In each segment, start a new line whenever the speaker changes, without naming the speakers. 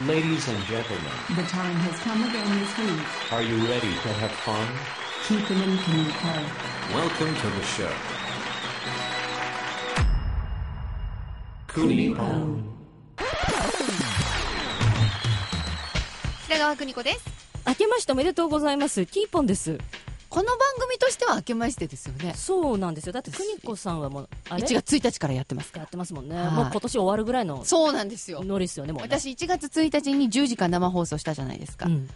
Ladies and gentlemen,
The time has come again this week.
are you ready to have fun?
Keep an incoming
Welcome to the show. ク
Kunipon.
北川邦子です
明けましておめでとうございます。キーポンです。
この番組としては明けましてですよね
そうなんですよ。だって、邦子さんはもう、あれ
1月1日からやってます
やってますもんね。
はい
もう今年終わるぐらいの
そうなんですよ
ノリですよね、もうね、
私1月1日に10時間生放送したじゃないですか、
うん。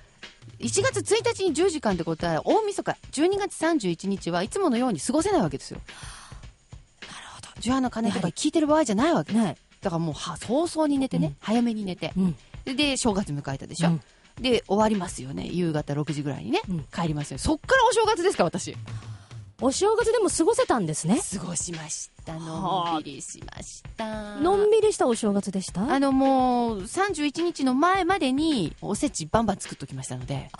1月1日に10時間ってことは大晦日12月31日はいつものように過ごせないわけですよなるほどの鐘とか聞いてる場合じゃないわけ
ない。
だからもうは早々に寝てね、
うん
早めに寝て
うん。
でで正月迎えたでしょ、
うん
で終わりますよね夕方6時ぐらいにね、
うん
帰りますよそっからお正月ですか私
お正月でも過ごせたんですね。
過ごしました
は
の
あ
んびりしました
のんびりしたお正月でした
あのもう31日の前までにおせちバンバン作っときましたので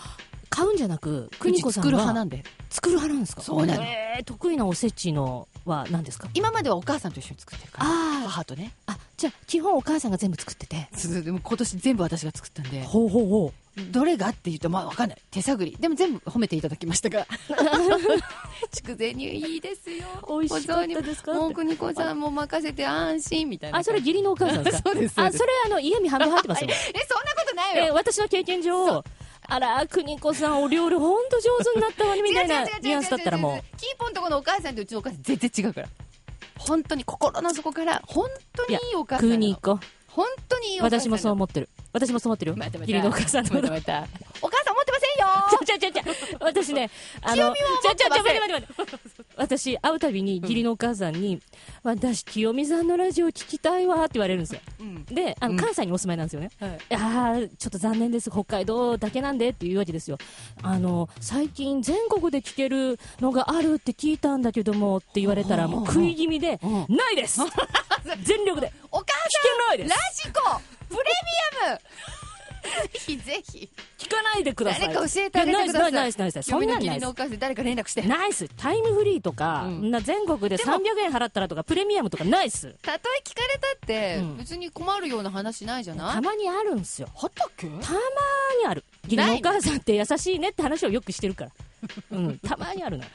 買うんじゃなく、邦子さんは
うち作る派なんで
作る派なんですか
そうなの
えー得意なおせちのは何ですか
今まではお母さんと一緒に作ってるから
あ
母とね
あ、あ、じゃあ、基本お母さんが全部作ってて。
そうでも今年全部私が作ったんで
ほうほうほ
どれがって言うとまあ分かんない手探りでも全部褒めていただきま したが筑前煮いいですよ
美味しかったですか
お雑煮もう国子さんも任せて安心みたいな
あ、それ義理のお母さんですか
そうですそう
あ、
です
それあの、家にはめ入ってますよ。
えそんなことないよ
えー私の経験上あら邦子さんお料理ほんと上手になったわねみたいなニュアンスだったらも
キーポンとこのお母さんとうちのお母さん全然違うから本当に心の底から本当にいいお
う
母さんな
邦
の
子
本当にいいお母さん
私もそう思ってる私もそう思ってるよ
またまた
義理のお母さんのこ
ま
と
たまたお母さん思ってませんよ
ちゃちゃちゃちゃ私ねあ
清美は
の
思
ちゃ
っ
ち
て
ゃ
ま
ち
せ
ゃ
ん
待って待って待って私会うたびに義理のお母さんに「私清美さんのラジオ聞きたいわ」って言われるんですよ
うん
であの、
うん
関西にお住まいなんですよね
はい
いやーちょっと残念です、北海道だけなんでっていうわけですよ、あの最近、全国で聞けるのがあるって聞いたんだけどもって言われたら、もう食い気味で、
う
ないです 全力で、
お母
聞
さ
けないで
ん
す
ラジコプレミアムぜひぜひ
聞かないでください、
誰か教えてあげてください
ナイス、ナイス、ナイス、ナイスそん
嫁
な
の
ん
義
ナ
理
イス
のお。母さん誰か連絡して例え
ナイスタイムフリーとか、
うん
な全国で
でも
300円払ったらとかプレミアムとかないっす
聞かれたって
うん
別に困るような話ないじゃない
たまにあるんすよ
あったっけ
たまにある義理のお母さんって優しいねって話をよくしてる から、うん、たまにあるな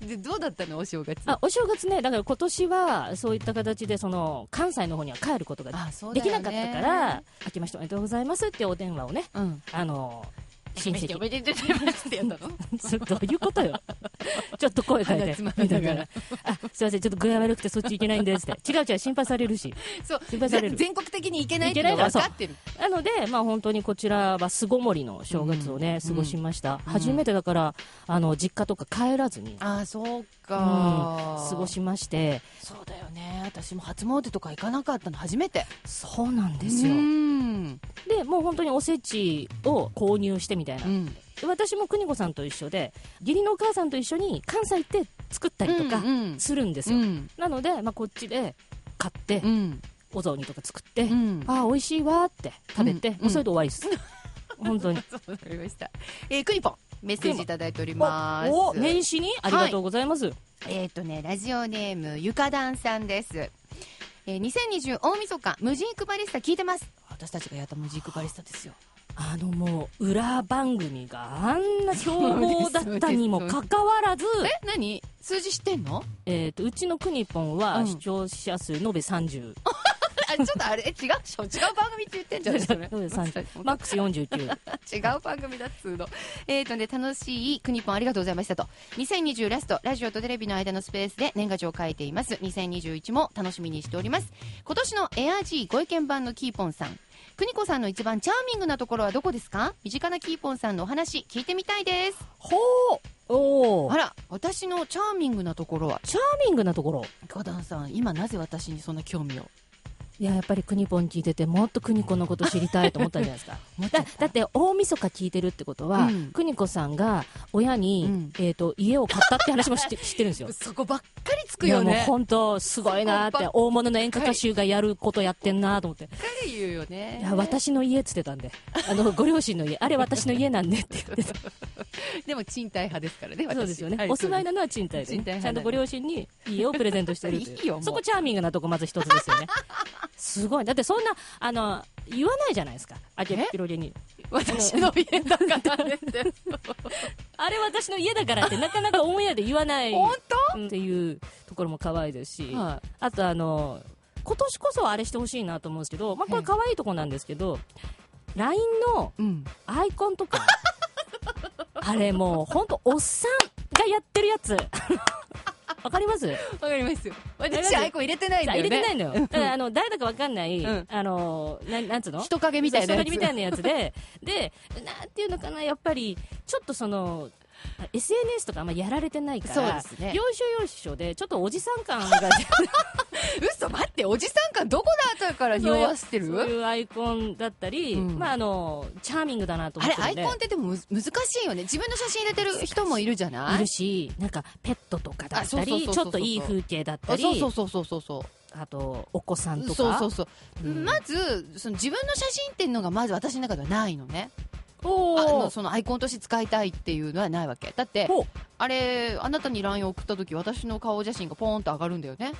でどうだったのお正月
あお正月ね、だから今年はそういった形でその関西の方には帰ることが
あそうだ
で
よね
きなかったから、明けましておめでとうございますってお電話をね、
うん
あの親戚、
おめでとうございますってやったの
それ どういうことよ、 ちょっと声変え
鼻
て、
つまみながら
あすいません、ちょっと具合悪くてそっち行けないんですって、違う違う、心配されるし、
そう
心配される
ぜ全国的に行けないっていうのは分かってる
なので、まあ、本当にこちらは巣ごもりの正月を
う
ね、
ん
過ごしました、
うん
初めてだからあの、実家とか帰らずに、
ああそう
うん
か、
過ごしまして、
そうだよね私も初詣とか行かなかったの初めて
そうなんで
ですす
よ
よ。ん、
でもう本当におせちを購入してみたいな、
うん、
私も邦子さんと一緒で義理のお母さんと一緒に関西行って作ったりとか
うん
するんです
う
よ、
ん
なので、まあ、こっちで買って、
うん
お雑煮とか作って、
うん
ああ美味しいわーって食べて、
うん
もうそれで終わりです、本当に
そうなりましたえー、クニポンメッセージいただいており ます
おお年始にありがとうございます、
えっ、とねラジオネームゆかだんさんですえー、2020大晦日無人クバリスタ聞いてます私たちがやった無人クバリスタですよ
あのもう裏番組があんな強豪だったにもかかわらず
え何数字知ってんの
えーとうちのくにぽんは
うん
視聴者数延べ30、
あちょっとあれえ違うでしょ違う番組って言って んじゃないそれ
延べ30マックス49
違う番組だっつうの。えーとね、楽しいくにぽんありがとうございましたと。2020ラスト、ラジオとテレビの間のスペースで年賀状を書いています。2021も楽しみにしております。今年のエアー G ご意見版のキーポンさん。くにこさんの一番チャーミングなところはどこですか身近なキーポンさんのお話聞いてみたいです。
ほうお
あ
ー
ら、私のチャーミングなところは、
チャーミングなところ
ゴダンさん、今なぜ私にそんな興味を
いややっぱりクニポン聞いててもっとクニコのこと知りたいと思ったんじゃないです か
持っちゃ
だ
った
だって大晦日聞いてるってことは、
うん
クニコさんが親に、
うん
えー、と家を買ったって話も 知って知ってるんですよ
そこばっかりつくよ
いやもう
ね。ばっ
本当すごいなーって大物の演歌歌手がやることやってんなーと思って、
かり言うよね。
いや私の家っつってたんであのご両親の家あれ私の家なんで って言ってた
でも賃貸派ですからね、私
そうですよね、
は
お住まい
そう
なのは賃貸で、
賃貸
ね、
派
ちゃんとご両親に家をプレゼントしてるという
いいよもう
そこチャーミングなとこまず一つですよねすごいだってそんなあの言わないじゃないですか開けっぴろげに
私の家だからねって。
あれ私の家だからってなかなかオンエアで言わ ない
本当
っていうところも可愛いですし、
はい
あとあの今年こそはあれしてほしいなと思うんですけど、まあ、これ可愛いとこなんですけど LINE の
うん。
アイコンとか あれもう本当おっさんがやってるやつ わかります
わかりますよ。私、アイコン入れてないんだよ
入
ね。
れてないのよだからあの誰だかわかんない、
うん
あのななんつうの
人影みたいなやつ
そう人影みたいなやつででなんていうのかなやっぱりちょっとそのあ SNS とかあんまやられてないから
そうですね
要所要所でちょっとおじさん感が
嘘待って、おじさん感どこだった から匂わせて
そうい
る
うアイコンだったり、
うん
まああのチャーミングだなと
あ
思
れ、
って
ア
る
イ
んで
コンってでもむ難しいよね。自分の写真入れてる人もいるじゃない
いるしなんかペットとかだ
あ
っ
そ
た
うそう
り
そう
ち
そう
ょっといい風景だった
あ
り
そうそうそうそうそう。
あとお子さんとか
そうそうそう、
うん
まずその自分の写真っていうのがまず私の中ではないのねあ
おー
のそのアイコンとして使いたいっていうのはないわけだって
ほう
あれあなたに LINE を送った時私の顔写真がポーンと上がるんだよね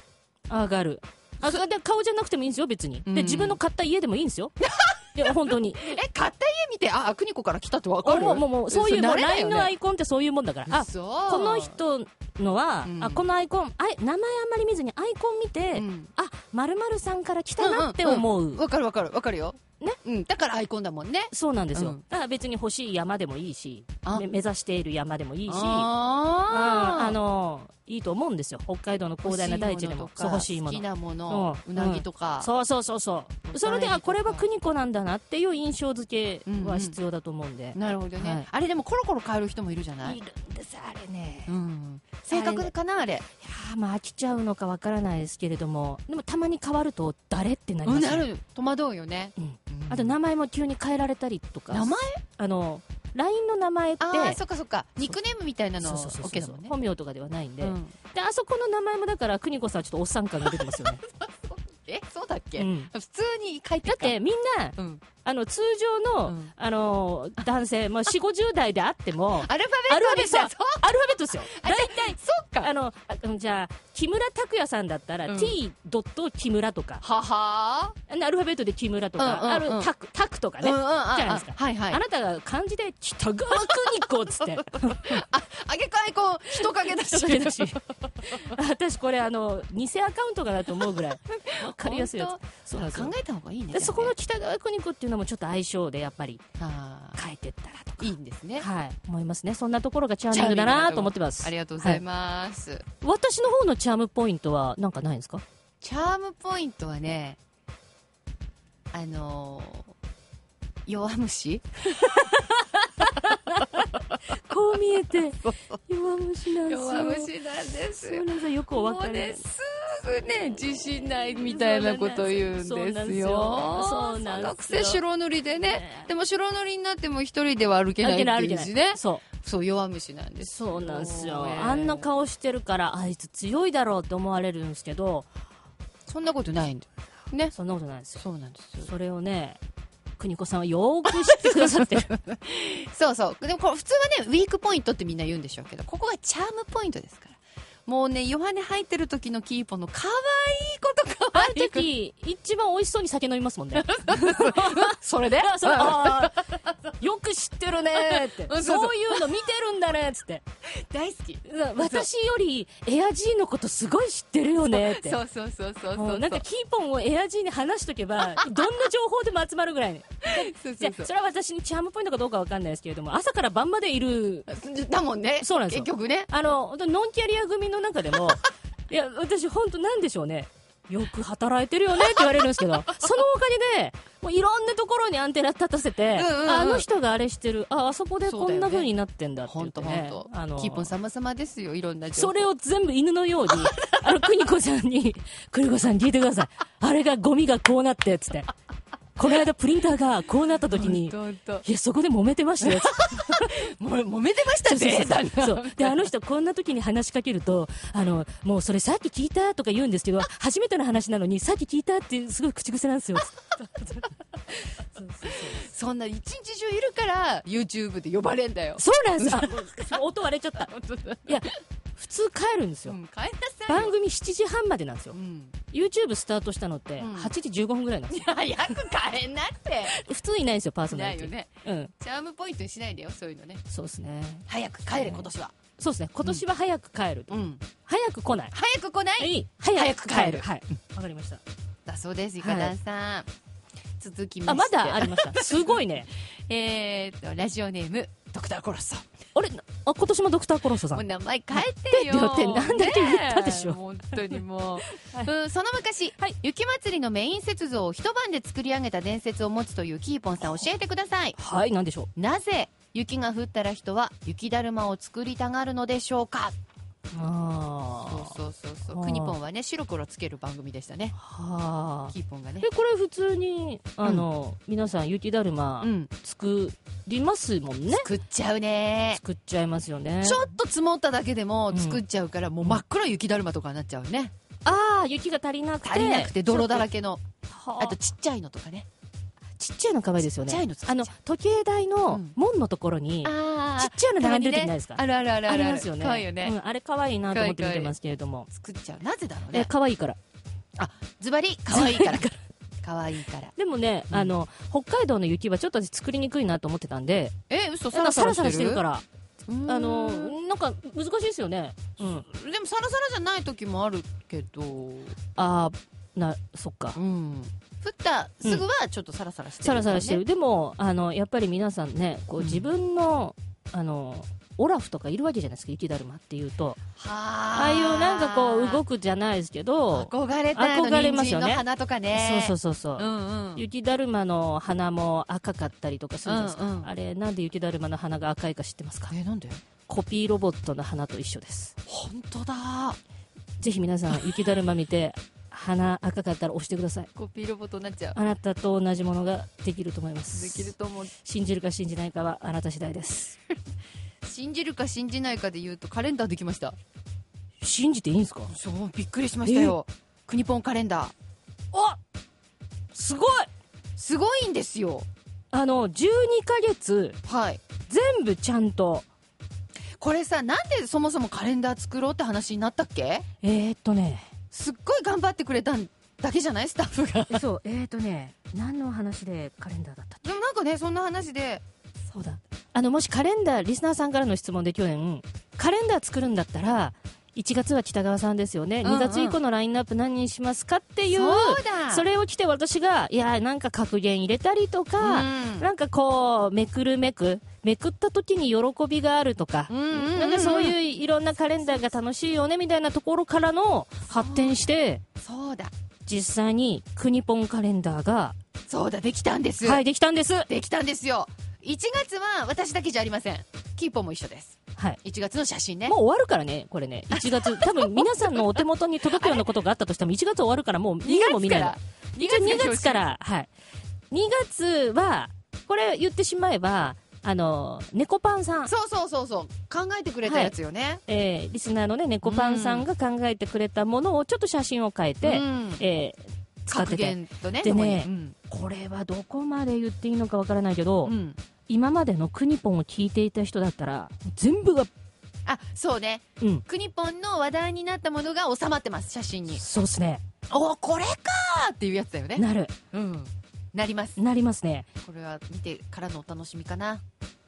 上がるあそれで顔じゃなくてもいいんですよ別に、
うん
で自分の買った家でもいいんですよ いや本当に
え買った家見てああ邦子から来たってわか
あ
る
もうもうもうそういうも
慣
う
れだ
LINE
よ
のア
ね
イコンってそういうもんだからあ
嘘
この人のは、
うん
あこのアイコンあい名前あんまり見ずにアイコン見て、
うん
あまるまるさんから来たなって思う、
んんんわかるわかるわかるよ
ね
うんだからアイコンだもんね
そうなんですよ、
うん
だから別に欲しい山でもいいし
あ
め目指している山でもいいしうん
あー
あのいいと思うんですよ北海道の広大な大地でもそう
欲
欲
し
し
い
い
も
も
のとか好きなもの、
の
う
うん
なぎとか、
そうそうそうそうそれで
お互いにとか
あこれは邦子なんだなっていう印象付けは必要だと思うんで、
なるほどね、
はい
あれでもコロコロ変える人もいるじゃない
いるんですあれね
うん、性格かなあれ
いやーまあ飽きちゃうのかわからないですけれどもでもたまに変わると誰ってなり
う
ま
ん
す
な
ね
る戸惑うよね、
うんあ
う
と
ん
名前も急に変えられたりとか
名前
あの LINE の名前って
ああそっかそっかニックネームみたいなの
そうそうそう
OK だ
そう
もんね
本名とかではないんで,、
うん
であそこの名前もだから邦子さんはちょっとおっさん感が出てま すよね、
えそうだっけ、
うん
普通に書いて
だ
る
っ
か
てみんな
うん、
あの通常の,、
うん
あの男性、まあ、4 5 0代であって も
アルフ
ア
ァ
ルファ
ベ
ベ
ッ
ッ
ト
ト
で
は
さ
アルファベットですよ
大体そうか
あのあうんじゃあ木村拓哉さんだったら、
うん
T ドット木村とか
はは
あのアルファベットで木村とか、
うんうんうん
あるタクタクとか
ー、
ね、
うんうんあ
じゃないですか
あはいはい
あなたが漢字で北川邦子っつって
あげかいこう人影だし
人影だ し私これあの偽アカウントかなと思うぐ らいわかりやすいや
本
つそうなんですよ
考えた方がいいね
でそこの北川邦子っていうのもちょっと相性でやっぱり
あ
変えてったらと
ーいいんですね
か、はい、思いますねそんなところがチャーミングだなと思ってます
ありがとうござい
ま
ます、
す、はい私の方のチャームポイントはなんかないんですか
チャームポイントはねあのー弱虫
こう見えて弱虫なんですよ
弱虫なんです
そ
よ
うなんですよよくお
も
分か
う
り
ねすぐね自信ないみたいなこと言うんですよ
そうなんですよそうなんですよ
のくせ白塗りでね
ね
でも白塗りになっても一人では歩けないっていうしね
そう
そう弱虫なんです
そうなんですよ、
ね
あんな顔してるからあいつ強いだろうって思われるんですけど
そんなことないんだよね
そんなことないですよ
そうなんですよ
それをね邦子さんはよーく知ってくださって
そうそう。でもこれ普通はね、ウィークポイントってみんな言うんでしょうけど、ここがチャームポイントですから。もうね、弱音入ってる時のキーポの可愛いこと可
あ
愛
の
いこと。
時一番美味しそうに酒飲みますもんね
それで
あ それあーよく知ってるねーって
うん そうそう
そういうの見てるんだねーっつって
大好き。
うん私よりエアジーのことすごい知ってるよねーって
そうそうそうそう
も
そうう。
なんかキーポンをエアジーに話しと けばどんな情報でも集まるぐらいね
そう
じ
そ
ゃ
う
あ
そ
それは私にチャームポイントかどうかわかんないですけれども朝から晩までいる
う。だもんね。
そうなんですよ
結局ね。
あの本当ノンキャリア組の中 でもいや私本当なんでしょうねよく働いてるよねって言われるんです けどそのおかげでもういろんなところにアンテナ立たせ
う
て、
んうんうん
あの人があれしてるああそこでこんな風になってんだって言
本
って、
当
ね
本当。
あの
キーポン様様ですよ。いろんな情報
それを全部犬 のようにあの邦子さんに邦子さん聞いてくださいあれがゴミがこうなってっつってこの間プリンターがこうなった時に
本当本
いやそこで揉めてましたよつって
当。もう揉めてましたね。
そうであの人こんな時に話しかけるとあのもうそれさっき聞いたとか言うんですけど初めての話なのにさっき聞いたっていうすごい口癖なんですよ
そんな一日中いるから、YouTube で呼ばれん だよ。
そうなんですあ音割れちゃったいや普通帰るんですよ、
うん、帰んなさいよ。
番組7時半までなんですよ
うん。
YouTube スタートしたのって
うん
8時15分ぐらいな んですよ、
早く変えんなって。
普通いないですよパーソナリティ
いないよね
うん
チャームポイントにしないでよ、そういうのね。
そうですね
早く帰れ、今年は。
そうですね今年は早く帰る、
うん。
早く来ない
早く来ない
い早く
早く帰
帰
る
るはいわかりました
だそうです、いかださん。続きまして。
あまだありましたすごいね
えーっと、ラジオネーム、ドクターコロッソ。
あれなあ今年もドクターコロッソさ
もうん名前変え てよ。
だってなんだけ言ったでしょ
ねえ本当にもう。
はい
うん、その昔、
はい
雪まつりのメイン雪像を一晩で作り上げた伝説を持つというキーポンさん教えてください。
はいなんでしょ
なぜ雪が降ったら人は雪だるまを作りたがるのでしょうか
うあ
そう
あ
そうそうそ
あ
う
ー
くにぽんはね白黒つける番組でしたね
はあ
キーポンがね
えこれ普通にあの、皆さん雪だるま
うん
作りますもんね、
作っちゃうね
作っちゃいますよね
ちょっと積もっただけでも
うん
作っちゃうから、もう真っ黒い雪だるまとかになっちゃうね
ああ雪が足りなくて
足りなくて泥だら
け
けの
あ
あとちっちゃいのとかね
ちっちゃいの可愛いですよね
ちっちゃいの作っちゃ
あ
う
の時計台
う
の
ん
門のところに、
あ
ちっちゃいの並んでる時ないですか、
あるあるある
あ
ある
りますよね
可愛いよね、
うん、あれ可愛いなと思って見てますけれども
作っちゃうなぜだろう
え
ね
可愛いから
ズバリ可愛いから 可愛いから
でもね、
うん
あの北海道の雪はちょっと私作りにくいなと思ってたんで
え嘘
な
サ
ん
ラサ
かサ
ラ
ラ
して
サラ
る
してるからあの
うーん
なんか難しいですよね、うん、
でもサラサラじゃない時もあるけど
あーなそっか
うん降ったすぐはちょっとサラサラしてる、
サラサラしてる。でも、あの、やっぱり皆さんね、こ
う
うん自分の、あの、オラフとかいるわけじゃないですか、雪だるまっていうと。あ
あ
あいうなんかこう、動
く
くじゃないですけど、
憧れたいの
憧れま
人
すよ
参
ね
の花とかね
そうそううそうそう。
んうん
雪だるまの花も赤かったりとかするじゃないですか、
うんうん
あれなんで雪だるまの花が赤いか知ってますか
えなんで
コピーロボットの花と一緒です
本当だ
ぜひ皆さん雪だるま見て花赤かったら押してください
コピーロボットになっちゃう
あなたと同じものができると思います
できると思う
信じるか信じないかはあなた次第です
信じるか信じないかで言うとカレンダーできました
信じていいんですか
そうびっくりしましたよクニポンカレンダー
おすごい
すごいんですよ
あの12ヶ月
はい
全部ちゃんと
これさなんでそもそもカレンダー作ろうって話になったっけ
えー、っとね
すっごい頑張ってくれたんだけじゃないスタッフが
そうえー、っとね何の話でカレンダーだったっ
でもなんかねそんな話で
けそうだあのもしカレンダーリスナーさんからの質問で去年カレンダー作るんだったら1月は北川さんですよね、
うんうん
2月以降のラインナップ何にしますかっていう
そうだ
それを着て私がいやなんか格言入れたりとか、
うん
なんかこうめくるめくめくった時に喜びがあるとか、
うんうんうんうん
なんかそういういろんなカレンダーが楽しいよねみたいなところからの発展して
そうだ
実際にクニポンカレンダーが
そうだできたんです、
はいできたんです
できたんですよ1月は私だけじゃありませんキーポンも一緒です
はい
1月の写真ね
もう終わるからねこ れね1月多分皆さんのお手元に届くようなことがあったとしても1月終わるからもう
2
見も見
月
な
か
い
ら
2月2月からはい2月はこれ言ってしまえばあの猫パンさん
そうそうそうそう考えてくれたやつよね、
えーリスナーのね、猫パンさんが考えてくれたものをちょっと写真を変えて、
うん
えー使っ
格
てて。
言とね
でね
ともに
これはどこまで言っていいのかわからないけど、
うんうん
今までのクニポンを聞いていた人だったら、全部が、
あそうね
うん、
クニポンの話題になったものが収まってます写真に
そうですね。
おこれかーっていうやつだよね
なる、
うんなります
なりますね。
これは見てからのお楽しみかな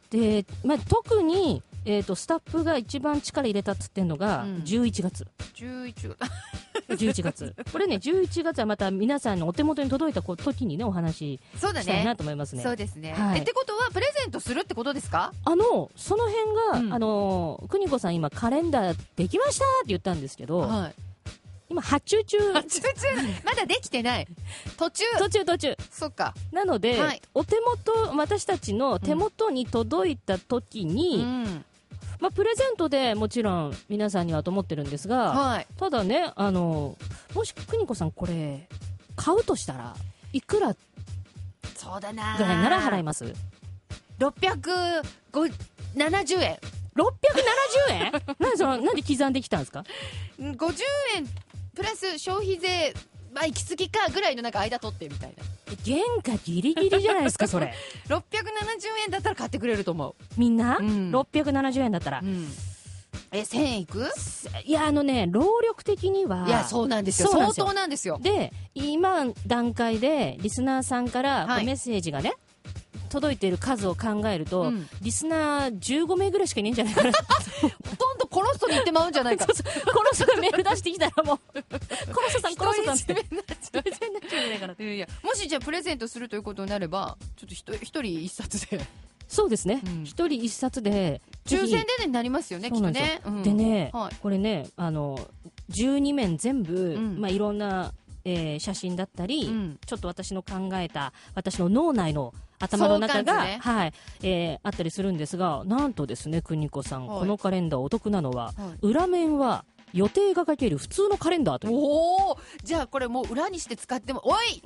で、まあ、特に、えっ、と、スタッフが一番力入れたっつってんのが、
うん
11月。
11
11月。 これね、11月はまた皆さんのお手元に届いたこう時にね、お話し
そうだ
したい
ね
なと思いますね。
そうですね、
はい
えってことはプレゼントするってことですか
あのその辺が、
うん
あの邦子さん今カレンダーできましたって言ったんですけど、
はい
今発 注中
あ途中まだできてない途中
途中途中
そっか
なので、
はい
お手元私たちの手元に届いた時に、
うん
まあ、プレゼントでもちろん皆さんにはと思ってるんですが、
はい
ただねあのもし邦子さんこれ買うとしたらいくらぐ
そうだな
らいなら払います
670円
670円 なんでそのなんで刻んできたんですか
うん50円プラス消費税まあ行き過ぎかぐらいのなんか間取ってみたい
原価ギリギリじゃないですか それ
な670円だったら買ってくれると思
みんな、
うん
670円だったら、
う、うん、え、1000円いく
いや、あのね、労力的には。
いや、そうなんですよ。
そうな
相
んですよ
当なんですよ。
で、今、段階で、リスナーさんか
は
ら、
い
こうメッセージがね、届いてる数を考えると、
うん
リスナー15名ぐらいしかいないんじゃないかな。
ほとんどこの人に行ってまうんじゃないか。
そうそうコロッソがメール出してきたらもう、コロッソさん、コロッソさんって。
になっちゃう。
全然なっちゃうんじゃないかない
やいやもしじゃあプレゼントするということになればちょっとひと一人一冊で
そうですね
うん。
一、人一冊で、ぜ
抽
ひ
選でになりますよねき
そ
っ
う
と
なんですよ
ね、うん
でね、
はい
これね、あの、12面全部、
ん
まあ、いろんな、えー写真だったり、
うん
ちょっと私の考えた、私の脳内の頭の中
相
が、
関図ね
はい、えーあったりするんですが、なんとですね、邦子さん、
はい
このカレンダーお得なのは、
はい
裏面は予定が書ける普通のカレンダーという。
おおじゃあこれもう裏にして使ってもおい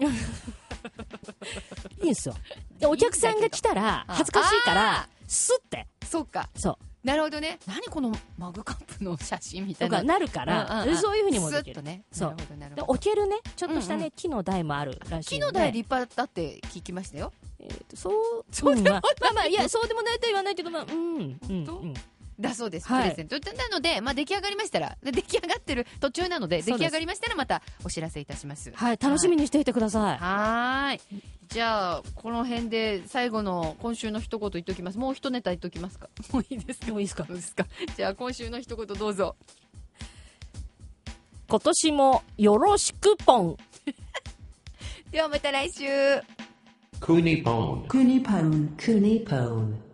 いいんですよ。で、お客さんが来たら、
あ
恥ずかしいか
あ
ら、スッて、
そうか
そう、
なるほどね何このマグカップの写真みた
と
いな
かなるか
ん
ら
んん、
そういうふうにもで
ス
き
ッと
る。
ね
そ
な
う
るほどなる
で
ほ
置
ど
けるね、ちょっとした
うんう
ね、木の台もあるらしい
木
んで。
の台立派だって聞きましたよ
えーとそう、そうでもない。まあまあ、いや、そうでもないとは言わないけど、まあ、うん、うん、う
本当
ん。
だそうです、
はい
プレゼントなので、まあ、出来上がりましたらで出来上がってる途中なので
そう
出
です
来上がりましたらまたお知らせいたします
はい、楽しみにしていてください。
はーい。じゃあ、この辺で最後の今週の一言言っておきます。もう一ネタ言っておきますか。もういいですか
もういいですか
どうですか。じゃあ、今週の一言どうぞ。
今年もよろしくポン。
ではまた来週。
Kunipone.
Kunipone. Kunipone.